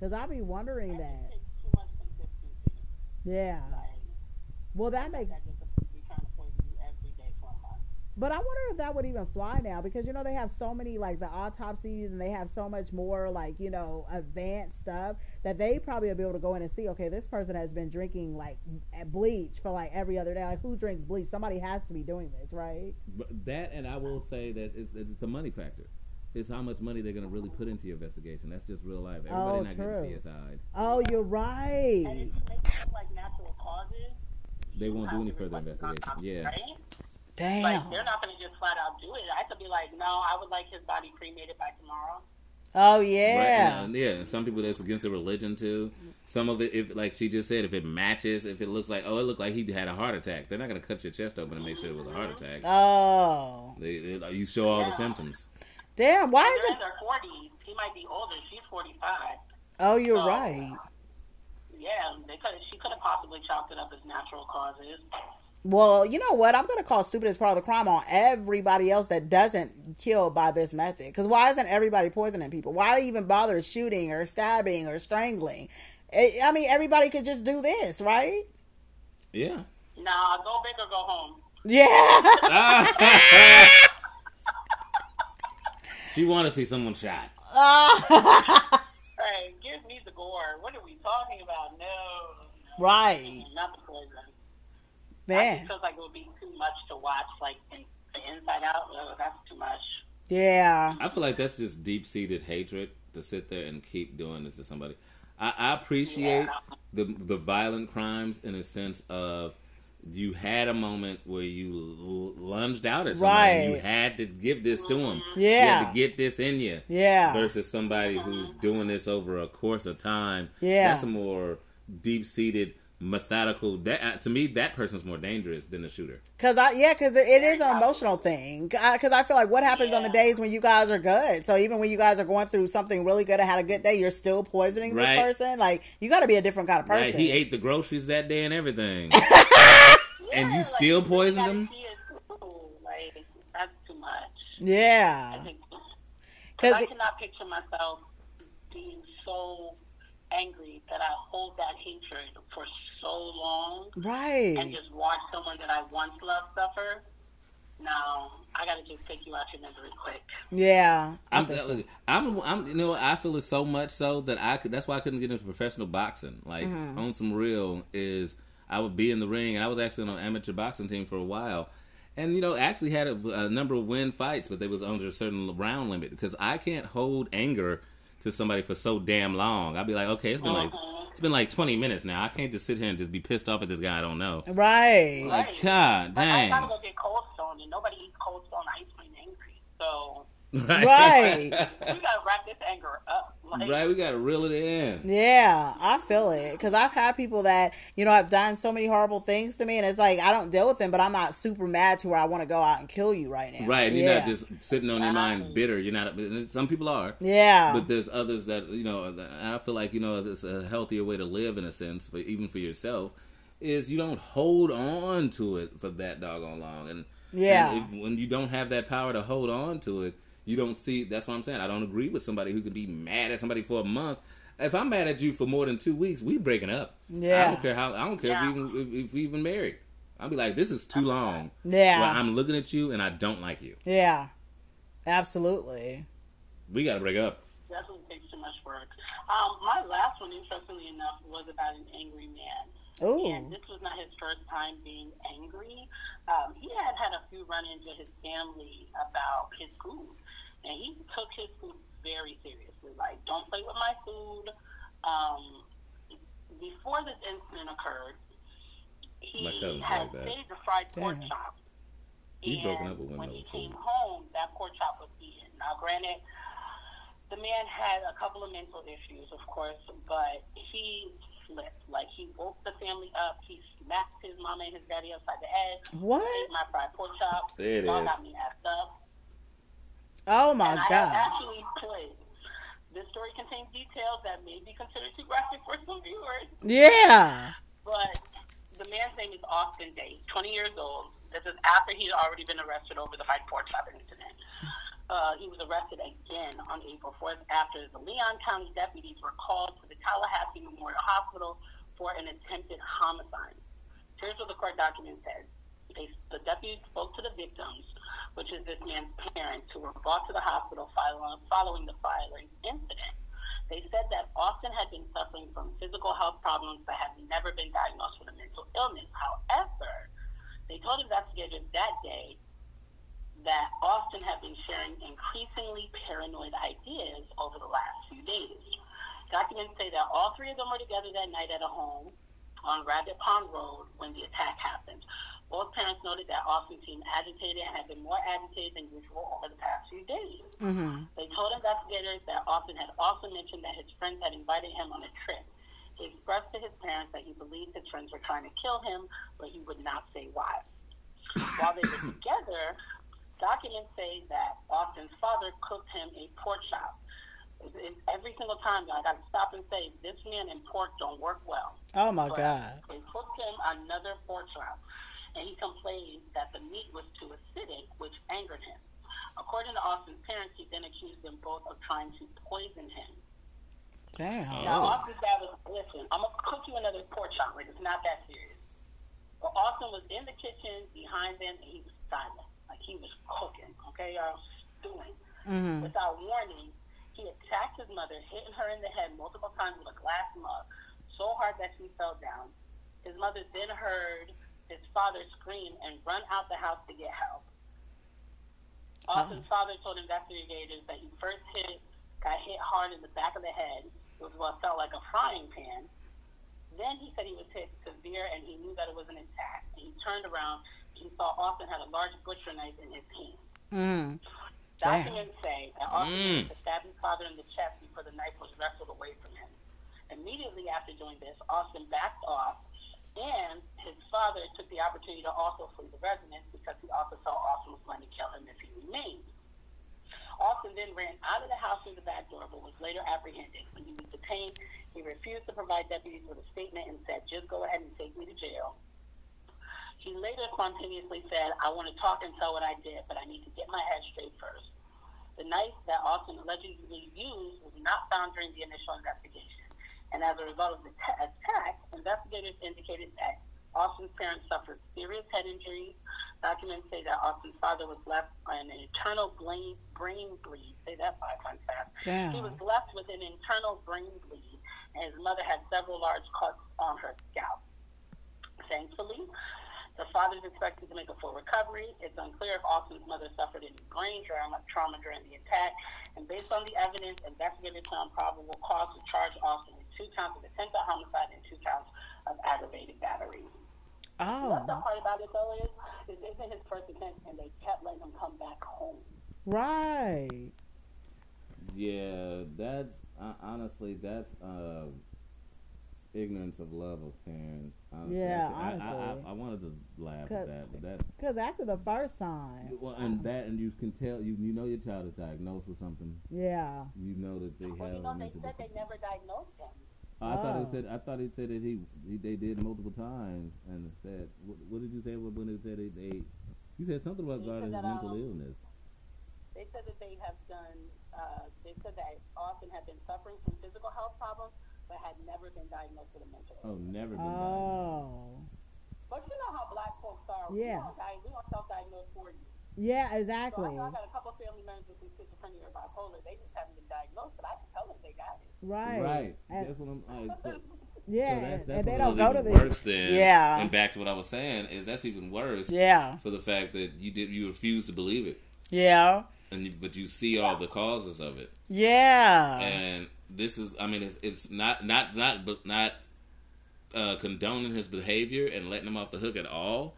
Cause I be wondering That that. just takes too much consistency. Yeah. Like, Well, that like makes that just appears to be trying to poison you every day for a month. But I wonder if that would even fly now because you know they have so many like the autopsies and they have so much more like you know advanced stuff that they probably will be able to go in and see. Okay, this person has been drinking like eh, bleach for like every other day. Like who drinks bleach? Somebody has to be doing this, right? But that, and I will say that it's, it's the money factor. It's how much money they're going to really put into your investigation. That's just real life. Everybody Oh, not true. getting CSI'd. Oh, you're And if right. you make it look like natural causes, They won't do have any to further reflect on investigation. them, Yeah. Right? Like, Damn. they're not going to just flat out do it. I could be like, no, I would like his body cremated by tomorrow. Oh Right? yeah. And, uh, yeah. and Some people that's against the religion too. Some of it, if like she just said, if it matches, if it looks like, oh, it looked like he had a heart attack, they're not going to cut your chest open and make sure it was a heart attack. Oh They, they, like, you show all the symptoms. damn. Why They're is in it? their 40s. He might be older. She's 45. Oh, you're Oh. right. Yeah, they could. She could have possibly chalked it up as natural causes. Well, you know what? I'm going to call stupid as part of the crime on everybody else that doesn't kill by this method. Because why isn't everybody poisoning people? Why even bother shooting or stabbing or strangling? I I mean, everybody could just do this, right? Yeah. Nah, go big or go home. Yeah. She want to see someone shot. Hey, give me the gore. What are we talking about? No, right. not the poison. I Man. just feels like it would be too much to watch. Like in, the Inside Out, oh, that's too much. Yeah. I feel like that's just deep seated hatred to sit there and keep doing this to somebody. I, I appreciate Yeah. the the violent crimes in a sense of you had a moment where you l- lunged out at somebody. and You Right. Mm-hmm. had to give this to them. You Yeah. had to get this in you. Yeah. Mm-hmm. Versus somebody who's doing this over a course of time. Yeah. That's a more deep seated, methodical. That uh, to me, that person's more dangerous than the shooter. Cause I yeah, cause it, it is an emotional thing. I, Cause I feel like what happens on the days when you guys are good. So even when you guys are going through something really good and had a good day, you're still poisoning Right. this person. Like you got to be a different kind of person. Right? He ate the groceries that day and everything. And you Yeah, still like, poisoned gotta them? see it through. Like that's too much. Yeah. Because Cause I it- cannot picture myself being so angry that I hold that hatred for so long. and Right. just watch someone that I once loved suffer, no, I gotta just take you out your misery quick. Yeah. I I'm, think so. telling you, I'm, I'm, you know, I feel it so much so that I could. That's why I couldn't get into professional boxing. Like Mm-hmm. on some real is I would be in the ring, and I was actually on an amateur boxing team for a while, and you know, actually had a, a number of win fights, but they was under a certain round limit because I can't hold anger to somebody for so damn long. I'd be like, okay, it's been like Mm-hmm. it's been like 20 minutes now. I can't just sit here and just be pissed off at this guy I don't know. Right. Like, God Like, I dang, gotta go get cold stone, and nobody eats cold stone ice cream angry. So Right. we gotta wrap this anger up. Like, right? We got to reel it in. Yeah, I feel it because I've had people that you know have done so many horrible things to me, and it's like I don't deal with them, but I'm not super mad to where I want to go out and kill you right now. Right, and you're yeah. not just sitting on your mind bitter. You're not. Some people are, yeah, but there's others that you know. And I feel like you know, it's a healthier way to live in a sense, for even for yourself, is you don't hold on to it for that doggone long. And Yeah. and if, when you don't have that power to hold on to it, you don't see. That's what I'm saying. I don't agree with somebody who can be mad at somebody for a month. If I'm mad at you for more than two weeks, we breaking up. I Yeah. don't care how. I don't care Yeah. if, we even, if, if we even married. I'll be like, this is too long. Uh, Yeah. Where I'm looking at you and I don't like you. Yeah. Absolutely. We got to break up. Definitely takes too much work. Um, my last one, interestingly enough, was about an angry man. Ooh. And this was not his first time being angry. Um, he had had a few run-ins with his family about his food, and he took his food very seriously. Like, don't play with my food. Um, before this incident occurred, My he cousin's had like that. saved a fried pork Damn. chop. He and broken up with one when of he those came fools. home, that pork chop was eaten. Now, granted, the man had a couple of mental issues, of course, but he slipped. Like he woke the family up. He smacked his mama and his daddy upside the head. What? Ate my fried pork chop. There it Y'all is. got me effed up. Oh and my I have god. actually played. This story contains details that may be considered too graphic for some viewers, Yeah. but the man's name is Austin Day, 20 years old. This is after he'd already been arrested over the fried pork chop incident. Uh, he was arrested again on April 4th after the Leon County deputies were called to the Tallahassee Memorial Hospital for an attempted homicide. Here's what the court document says. They, the deputies spoke to the victims, which is this man's parents, who were brought to the hospital following, following the firing incident. They said that Austin had been suffering from physical health problems but had never been diagnosed with a mental illness. However, they told investigators that day that Austin had been sharing increasingly paranoid ideas over the last few days. Documents say that all three of them were together that night at a home on Rabbit Pond Road when the attack happened. Both parents noted that Austin seemed agitated and had been more agitated than usual over the past few days. They told investigators that Austin had also mentioned that his friends had invited him on a trip. He expressed to his parents that he believed his friends were trying to kill him, but he would not say why. While they were together, documents say that Austin's father cooked him a pork chop. It- it- Every single time, y'all, I gotta stop and say, this man and pork don't work well. Oh my But god. They cooked him another pork chop, and he complained that the meat was too acidic, which angered him. According to Austin's parents, he then accused them both of trying to poison him. Damn. Now, Austin's dad was, listen, I'm going to cook you another pork chop. Like, it's not that serious. But Austin was in the kitchen behind them, and he was silent. Like, he was cooking, okay, y'all? Stewing. Without warning, he attacked his mother, hitting her in the head multiple times with a glass mug so hard that she fell down. His mother then heard his father scream and run out the house to get help. Austin's father told investigators that he first hit, got hit hard in the back of the head with what felt like a frying pan. Then he said he was hit severe and he knew that it was an attack. He turned around and he saw Austin had a large butcher knife in his hand. Mm. Documents say that Austin mm. stabbed his father in the chest before the knife was wrestled away from him. Immediately after doing this, Austin backed off, and his father took the opportunity to also flee the residence because he also saw Austin was going to kill him if he remained. Austin then ran out of the house through the back door, but was later apprehended. When he was detained, he refused to provide deputies with a statement and said, "Just go ahead and take me to jail." He later spontaneously said, I want to talk and tell what I did, but I need to get my head straight first. The knife that Austin allegedly used was not found during the initial investigation. And as a result of the ta- attack, investigators indicated that Austin's parents suffered serious head injuries. Documents say that Austin's father was left on an internal brain, brain bleed. Say that five times fast. He was Damn. left with an internal brain bleed, and his mother had several large cuts on her scalp. Thankfully, the father is expected to make a full recovery. It's unclear if Austin's mother suffered any brain trauma, trauma during the attack. And based on the evidence, investigators found probable cause to charge Austin with two counts of attempted homicide and two counts of aggravated battery. What the Oh. part about it though is, is this isn't his first attempt, and they kept letting him come back home. Right. Yeah, that's uh, honestly that's uh, ignorance of love of parents. Honestly. Yeah, I, I- honestly. I, I, wanted to laugh Cause- at that, but that Cause after the first time. well, and that, and you can tell you you know your child is diagnosed with something. Yeah. You know that they have. Well, you know, a they mental said they disability. never diagnosed him. I thought Oh. he said. I thought he said that he, he they did multiple times and said. What, what did you say when when it said they, they? You said something about He said God and his that, mental um, illness. They said that they have done, uh, they said that Austin had been suffering from physical health problems, but had never been diagnosed with a mental Oh, illness. never been diagnosed. Oh. But you know how black folks are. Yeah. We don't, di- we don't self-diagnose for you. Yeah, So I, exactly. know I got a couple family members with schizophrenia or bipolar. They just haven't been diagnosed, but I can tell them they got it. Right. Right. And- that's what I'm. all right, so, so yeah. that's, that's and they what don't go to was even the. worse than. Yeah. And back to what I was saying is that's even worse Yeah. for the fact that you did you refuse to believe it, Yeah. and you, but you see all the causes of it, Yeah. and this is I mean it's it's not not not but not uh, condoning his behavior and letting him off the hook at all.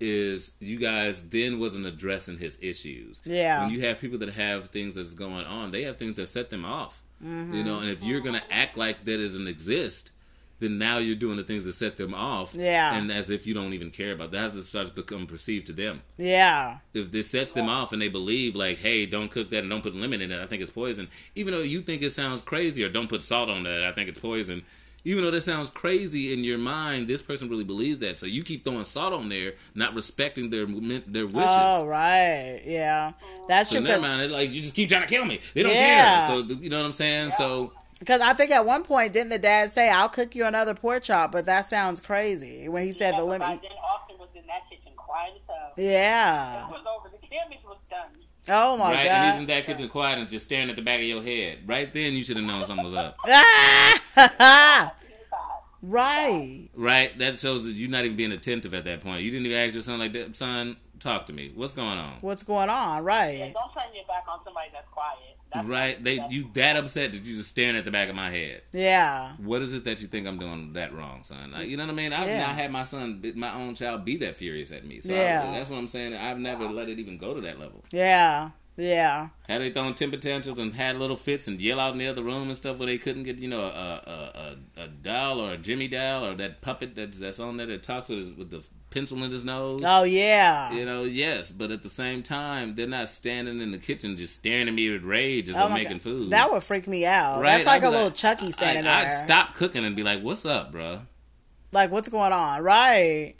Is you guys then wasn't addressing his issues. Yeah. When you have people that have things that's going on, they have things that set them off. Mm-hmm. You know, and if you're gonna act like that doesn't exist, then now you're doing the things that set them off. Yeah. And as if you don't even care about that. That's starts to become perceived to them yeah. if this sets them off and they believe like hey don't cook that and don't put lemon in it i think it's poison even though you think it sounds crazy or don't put salt on that i think it's poison even though that sounds crazy in your mind this person really believes that so you keep throwing salt on there not respecting their men- their wishes Oh right. Yeah. That's so true. never Cause, mind. They're Like you just keep trying to kill me. They don't Yeah. care. So th- you know what I'm saying. So 'cause I think at one point didn't the dad say, "I'll cook you another pork chop," but that sounds crazy when he said yeah, the but by lemon. then Austin was in that kitchen quiet as hell. Yeah. It was over. The damage was done. Oh my right, and god. isn't that kitchen quiet and just staring at the back of your head? Right then, you should have known something was up. Ah! He was hot. right. Right? That shows that you're not even being attentive at that point. You didn't even ask your son like that son, talk to me. What's going on? What's going on? Yeah, Right. don't turn your back on somebody that's quiet. That's Right? They that's- you that upset that you just staring at the back of my head. Yeah. What is it that you think I'm doing that wrong, son? Like, you know what I mean? I've Yeah. not had my son, be- my own child, be that furious at me. So I- Yeah. that's what I'm saying. I've never let it even go to that level. Yeah. Yeah. Had they thrown temper tantrums and had little fits and yell out in the other room and stuff where they couldn't get, you know, a a, a, a doll or a Jimmy doll or that puppet that's that's on there that talks with his, with the pencil in his nose. Oh yeah. You know, yes, but at the same time, they're not standing in the kitchen just staring at me with rage as Oh I'm my making God. food. That would freak me out. That's I'd like be a little Chucky standing I, I'd there. stop cooking and be like, "What's up, bro?" Like what's going on? Right.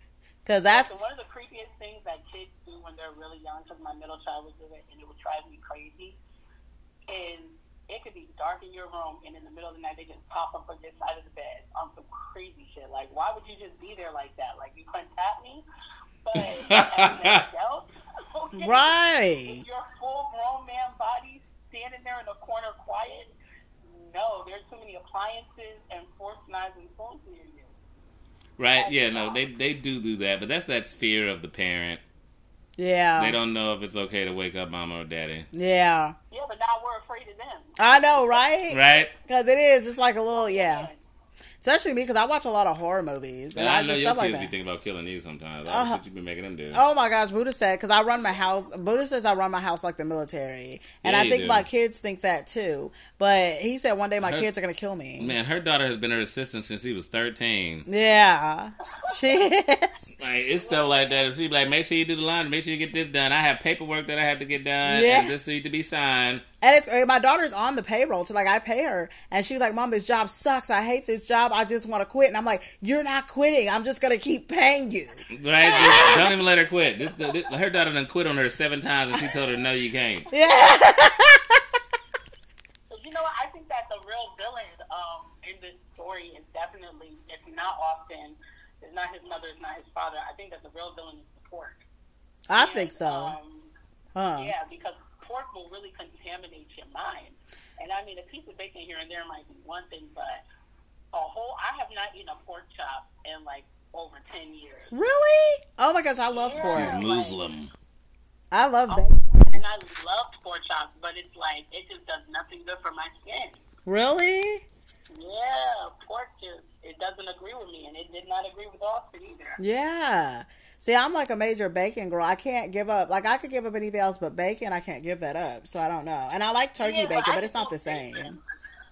Cause So that's one of the creepiest things that kids do when they're really young, because my middle child would do it and it would drive me crazy, is it could be dark in your room and in the middle of the night they just pop up on your side of the bed on some crazy shit. Like, why would you just be there like that? Like, you couldn't tap me? But as an adult, okay, right. with your full grown man body standing there in the corner quiet, no, there's too many appliances and forks, knives, and spoons near you. Right? Yeah, no, they they do do that, but that's that fear of the parent. Yeah. They don't know if it's okay to wake up mama or daddy, Yeah. Yeah, but now we're afraid of them. I know, right? right? Cause it is. It's like a little yeah. Especially me, cause I watch a lot of horror movies and And I, I know just your stuff kids like be that. thinking about killing you sometimes. All Uh-huh. the shit you been making them do. Oh my gosh, Buddha said because I run my house. Buddha says I run my house like the military, and Yeah, I you think do. my kids think that too. But he said one day my Her- kids are gonna kill me. Man, her daughter has been her assistant since she was thirteen. Yeah, she is. Like it's stuff like that. If she be like, make sure you do the laundry, make sure you get this done. I have paperwork that I have to get done, Yeah. and this need to be signed. And it's and my daughter's on the payroll, so like I pay her, and she was like, "Mom, this job sucks. I hate this job. I just want to quit." And I'm like, "You're not quitting. I'm just gonna keep paying you." Right? Just don't even let her quit. This, this, her daughter done quit on her seven times, and she told her, "No, you can't." Yeah, But you know what? I think that the real villain um, in this story is definitely, it's not Austin, it's not his mother, it's not his father. I think that the real villain is the pork. I And, think so. Um, Huh? yeah, because pork will really contaminate your mind. And I mean, a piece of bacon here and there might be one thing, but a whole, I have not eaten a pork chop in like over 10 years. Really? Oh my gosh, I love Yeah. pork. She's Muslim. I love Oh, bacon. And I love pork chops, but it's like, it just does nothing good for my skin. Really? Yeah, pork just it doesn't agree with me, and it did not agree with Austin either. Yeah. See, I'm like a major bacon girl. I can't give up. Like I could give up anything else, but bacon, I can't give that up. So I don't know. And I like turkey Yeah, bacon, I but it's still not the think same. that-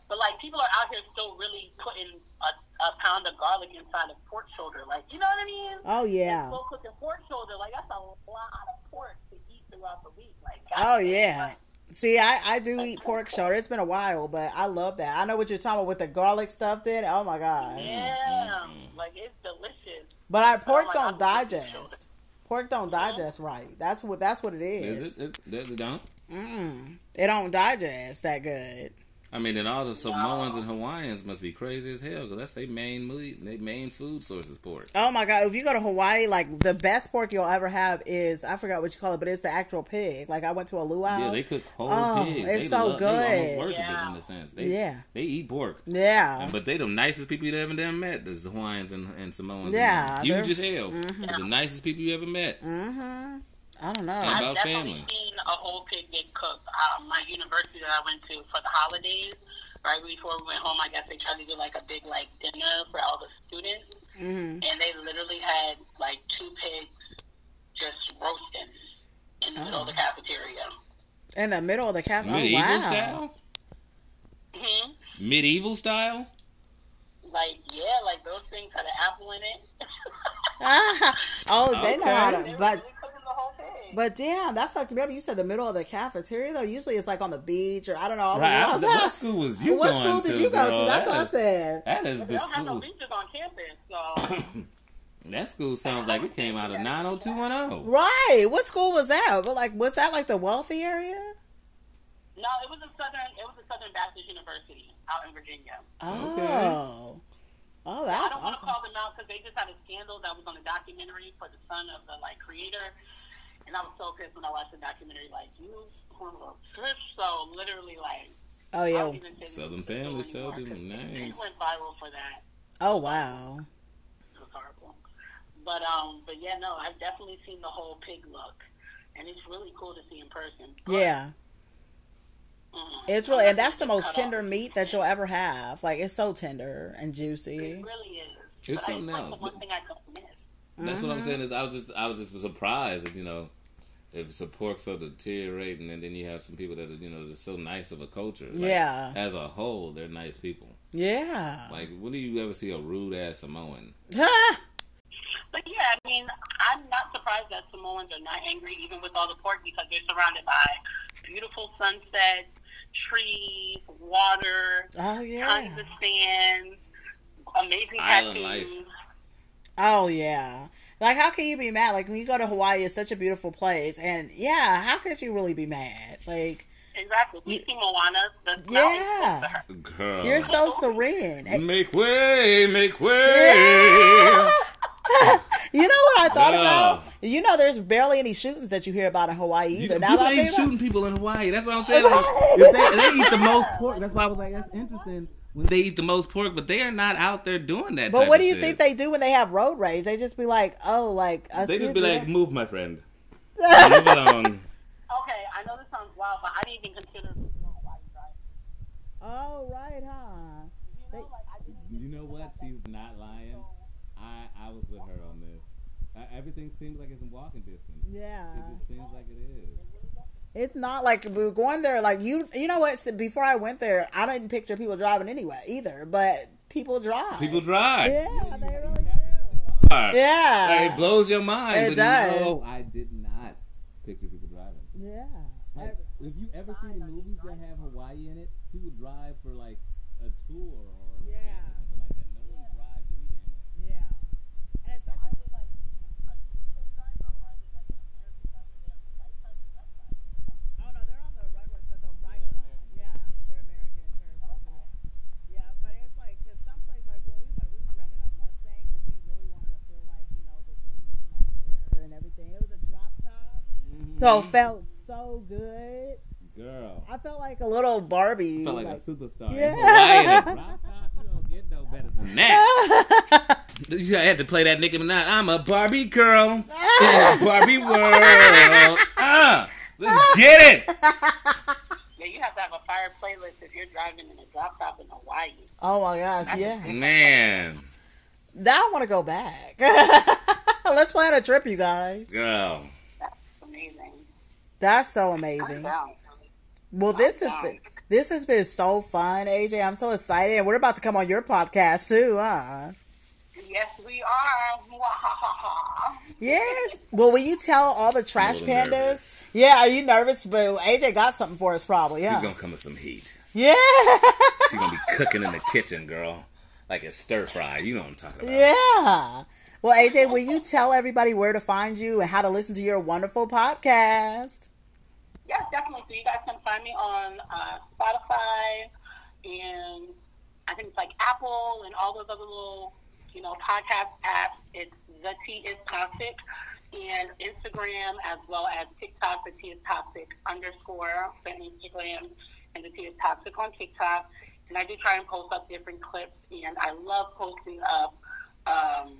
But like people are out here still really putting a, a pound of garlic inside of pork shoulder, like you know what I mean? Oh yeah. Slow cooking pork shoulder, like that's a lot of pork to eat throughout the week. Like Oh God, yeah. See, I, I do eat pork shoulder. It's been a while, but I love that. I know what you're talking about with the garlic stuffed in. Oh my god. yeah, like it's delicious. But I pork Oh, my God, don't it's pork shoulder. digest. Pork don't digest right. That's what that's what it is. Is it? it, does it don't? Mm. It don't digest that good. I I mean, and all the Samoans and Hawaiians must be crazy as hell because that's their main meat, their main food source is pork. Oh my god! If you go to Hawaii, like the best pork you'll ever have is I forgot what you call it, but it's the actual pig. Like I went to a luau. Yeah, they cook whole Uh, Oh, it's pigs. they so love, They good. almost worship Yeah. it in a sense. They, Yeah. Uh-huh. they eat pork. Yeah. And- But they the nicest people you ever damn met. The Hawaiians and, and Samoans. Yeah, you they're- Mm-hmm. just hell. But The nicest people you ever met. I don't know. Yeah. I've about family. definitely seen a whole pig get cooked. Um, my university that I went to for the holidays, right before we went home, I guess they tried to do like a big like dinner for all the students, and they literally had like two pigs just roasting in the middle of the cafeteria. In the middle of the cabin. Oh, wow. Medieval style. hmm Medieval style. Like yeah, like those things had an apple in it. Ah, oh, they know how Okay. to. They were But really cooking the whole pig. but damn, that fucked me up. You said the middle of the cafeteria though. Usually it's like on the beach or I don't know. I Right. I was was like, like, what school was you Oh, what going school did to, you go girl? to? That's That what I is- said. That is they the don't have no school. leeches on campus, so That school sounds like it came out of 90210. Right. What school was that? But like, was that like the wealthy area? no. It was a southern. It was a Southern Baptist University out in Virginia. Oh. Oh, I that's don't want awesome. to call them out because they just had a scandal that was on a documentary for the son of the like creator, and I was so pissed when I watched the documentary. Like you, horrible little fish. So literally, like Oh I yeah. don't even say this Southern is a Family school Southern, anymore 'cause nice. She went viral for that. Oh wow. It was horrible. But um, but yeah, no, I've definitely seen the whole pig look, and it's really cool to see in person. But, Yeah. mm, It's I'm really, not and that's the gonna cut most off. tender meat that you'll ever have. Like it's so tender and juicy. It really is. It's But I- something that's the else, one but- thing I don't miss. That's what I'm Mm-hmm. saying. Is I was just I was just surprised that you know if it's a pork so deteriorating, and then you have some people that are you know just so nice of a culture. Like, Yeah. As a whole, they're nice people. Yeah. Like, when do you ever see a rude ass Samoan? Ah, But yeah, I mean, I'm not surprised that Samoans are not angry, even with all the pork, because they're surrounded by beautiful sunsets, trees, water, oh yeah. tons of sand, amazing Island tattoos. Oh yeah. Like how can you be mad? Like when you go to Hawaii, it's such a beautiful place, and yeah, how could you really be mad? Like Exactly. We see Moana. The yeah, Girl. you're so serene. And- Make way, make way. Yeah. you know what I thought about? Girl. You know, there's barely any shootings that you hear about in Hawaii either. You, now people that I ain't think about- shooting people in Hawaii. That's what I'm saying. Like, if they, they eat the most pork. That's why I was like, that's interesting. When they eat the most pork, but they are not out there doing that. But type what of do you shit. think they do when they have road rage? They just be like, oh, like They excuse just be me. like, move, my friend. move along. Okay, I know this sounds wild, but I didn't even consider Hawaii, right? oh right, huh? You know, like, I didn't You know what? She's not lying. I I was with her on this. Uh, everything seems like it's in walking distance. Yeah. It just seems like it is. It's not like we're going there. Like you, you know what? s- Before I went there, I didn't picture people driving anyway either. But people drive. People drive. Yeah, they really do. Are. Yeah. Like, it blows your mind. It but does. No, I did not picture people driving. yeah. Like, if you ever see the movies that have Hawaii in it, people drive for like a tour or an event Yeah. or something like that. No one drives any damn way. Yeah. And especially Oh no, they're on the right one, so the right side. Yeah, they're American in terms of yeah. But it's like, cause some place like when we went, we rented a Mustang because we really wanted to feel like you know the wind was in our hair and everything. It was a drop top, Mm-hmm. so felt so good. Girl. I felt like a little Barbie. Felt like, like- a superstar. Yeah. In Hawaii in a drop top, you don't get no better than that. you had to play that Nicki Minaj. I'm a Barbie girl in a Barbie world. Ah, let's get it. Yeah, you have to have a fire playlist if you're driving in a drop top in Hawaii. oh my gosh, yeah. Man, Now I want to go back. Let's plan a trip, you guys. girl. That's amazing. That's so I'm amazing. down. Well, this has wow. been this has been so fun, AJ. I'm so excited, and we're about to come on your podcast too, huh? Yes, we are. Yes. Well, will you tell all the trash little pandas? nervous. Yeah. Are you nervous? But AJ got something for us, probably. Yeah. She's gonna come with some heat. yeah. She's gonna be cooking in the kitchen, girl. Like it's stir fry. You know what I'm talking about. yeah. Well, AJ, will you tell everybody where to find you and how to listen to your wonderful podcast? Yes, definitely. So you guys can find me on uh, Spotify, Apple and all those other little, you know, podcast apps. It's the T is toxic, and Instagram as well as TikTok. The T is toxic underscore on Instagram, and the T is toxic on TikTok. And I do try and post up different clips, and I love posting up um,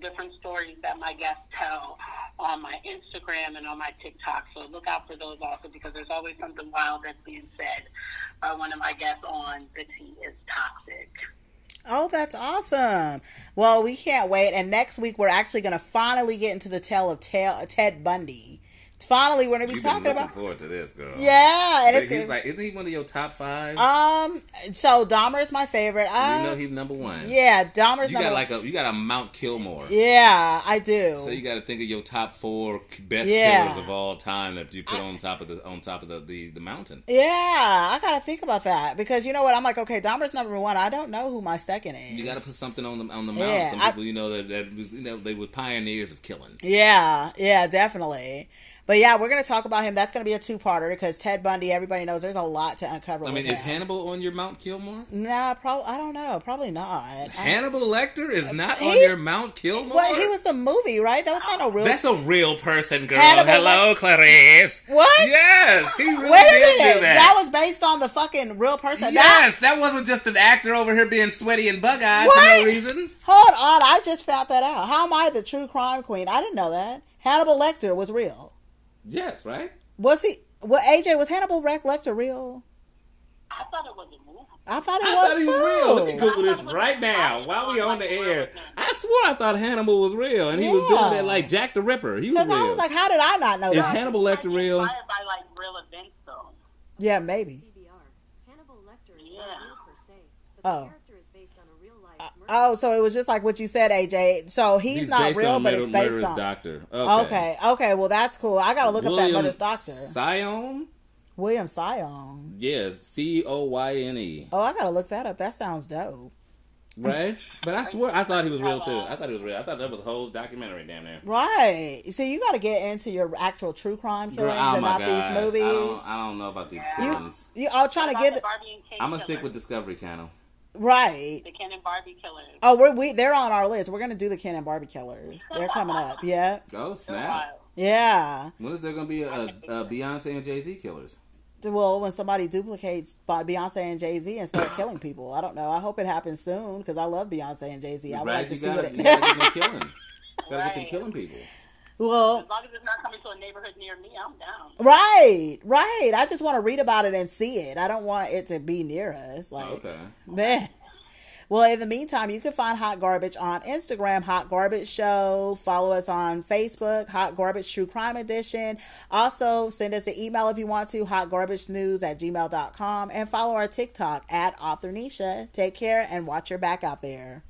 different stories that my guests tell on my Instagram and on my TikTok. So look out for those also because there's always something wild that's being said by one of my guests on The Tea is Toxic. Oh, that's awesome. Well, we can't wait. And next week, we're actually going to finally get into the tale of tale, Ted Bundy. Finally, we're going to be You've talking been looking about. forward to this, girl. Yeah. And Like, it's he's like, isn't he one of your top five? um, so Dahmer is my favorite. I, you know he's number one. yeah, Dahmer's You number one. got like a you got a Mount Kilmore. Yeah, I do. So you got to think of your top four best Yeah. killers of all time that you put on top of the on top of the the, the mountain. yeah, I gotta think about that because you know what? I'm like, okay, Dahmer's number one. I don't know who my second is. You got to put something on the on the mountain. Yeah, Some I- people, you know, that, that was, you know, they were pioneers of killing. Yeah, yeah, definitely. But yeah, we're gonna talk about him. That's gonna be a two-parter because Ted Bundy. Everybody knows there's a lot to uncover. I mean, with is him. Hannibal on your Mount Kilmore? Nah, probably. I don't know. Probably not. I- Uh, Hannibal Lecter is not he- on your Mount Kilmore. Well, he was the movie, right? That was not a real. That's a real person, girl. Hannibal Hello, Clarice. What? Yes, he really Wait a did minute. do That. that. was based on the fucking real person. That- yes, that wasn't just an actor over here being sweaty and bug eyed for What? no reason. hold on. I just found that out. How am I the true crime queen? I didn't know that. Hannibal Lecter was real. Yes, right. Was he? Well, AJ was Hannibal Rec- Lecter real? I thought it was a movie. I thought it I was thought he was too. real. Let me Google this right now while we on the air. I swore I thought Hannibal was real, and he was Yeah. doing that like Jack the Ripper. He was Because real. I was like, how did I not know Is that? Hannibal Lecter real? Inspired by like real events though. yeah, maybe. CBR, Hannibal Lecter is Yeah. not real per se, but the Oh. character is based on a real life murder. Oh, so it was just like what you said, AJ. So he's, not based real, on but Murder- it's based Murderous on. Doctor. Okay. okay, well that's cool. I gotta look up that murder's doctor, Sion? William Sion. Yes, C O Y N E. Oh, I gotta look that up. That sounds dope. Right? But I swear, I thought he was real too. I thought he was real. I thought that was a whole documentary, damn near. Right. See, you gotta get into your actual true crime Girl, killings oh and my not god. these movies. I, don't, I don't know about these killings. you all trying to About give the it Barbie and Ken I'm going to killers. stick with Discovery Channel. right. the Ken and Barbie killers. Oh, we're we they're on our list. We're gonna do the Ken and Barbie killers. They're coming up. Yeah, Oh, They're snap. wild. yeah. When is there going to be a, a, a Beyonce and Jay Z killers? Well, when somebody duplicates by Beyonce and Jay Z and start killing people, I don't know. I hope it happens soon because I love Beyonce and Jay Z. I would right? like to you see what got it. you gotta get them killing. Gotta get them Right. killing people. well, As long as it's not coming to a neighborhood near me, I'm down. right, right. I just want to read about it and see it. I don't want it to be near us. Like, Okay. Man. Well, in the meantime, you can find Hot Garbage on Instagram, Hot Garbage Show. Follow us on Facebook, Hot Garbage True Crime Edition. Also, send us an email if you want to, hotgarbagenews at gmail.com. And follow our TikTok at Author Nisha. Take care and watch your back out there.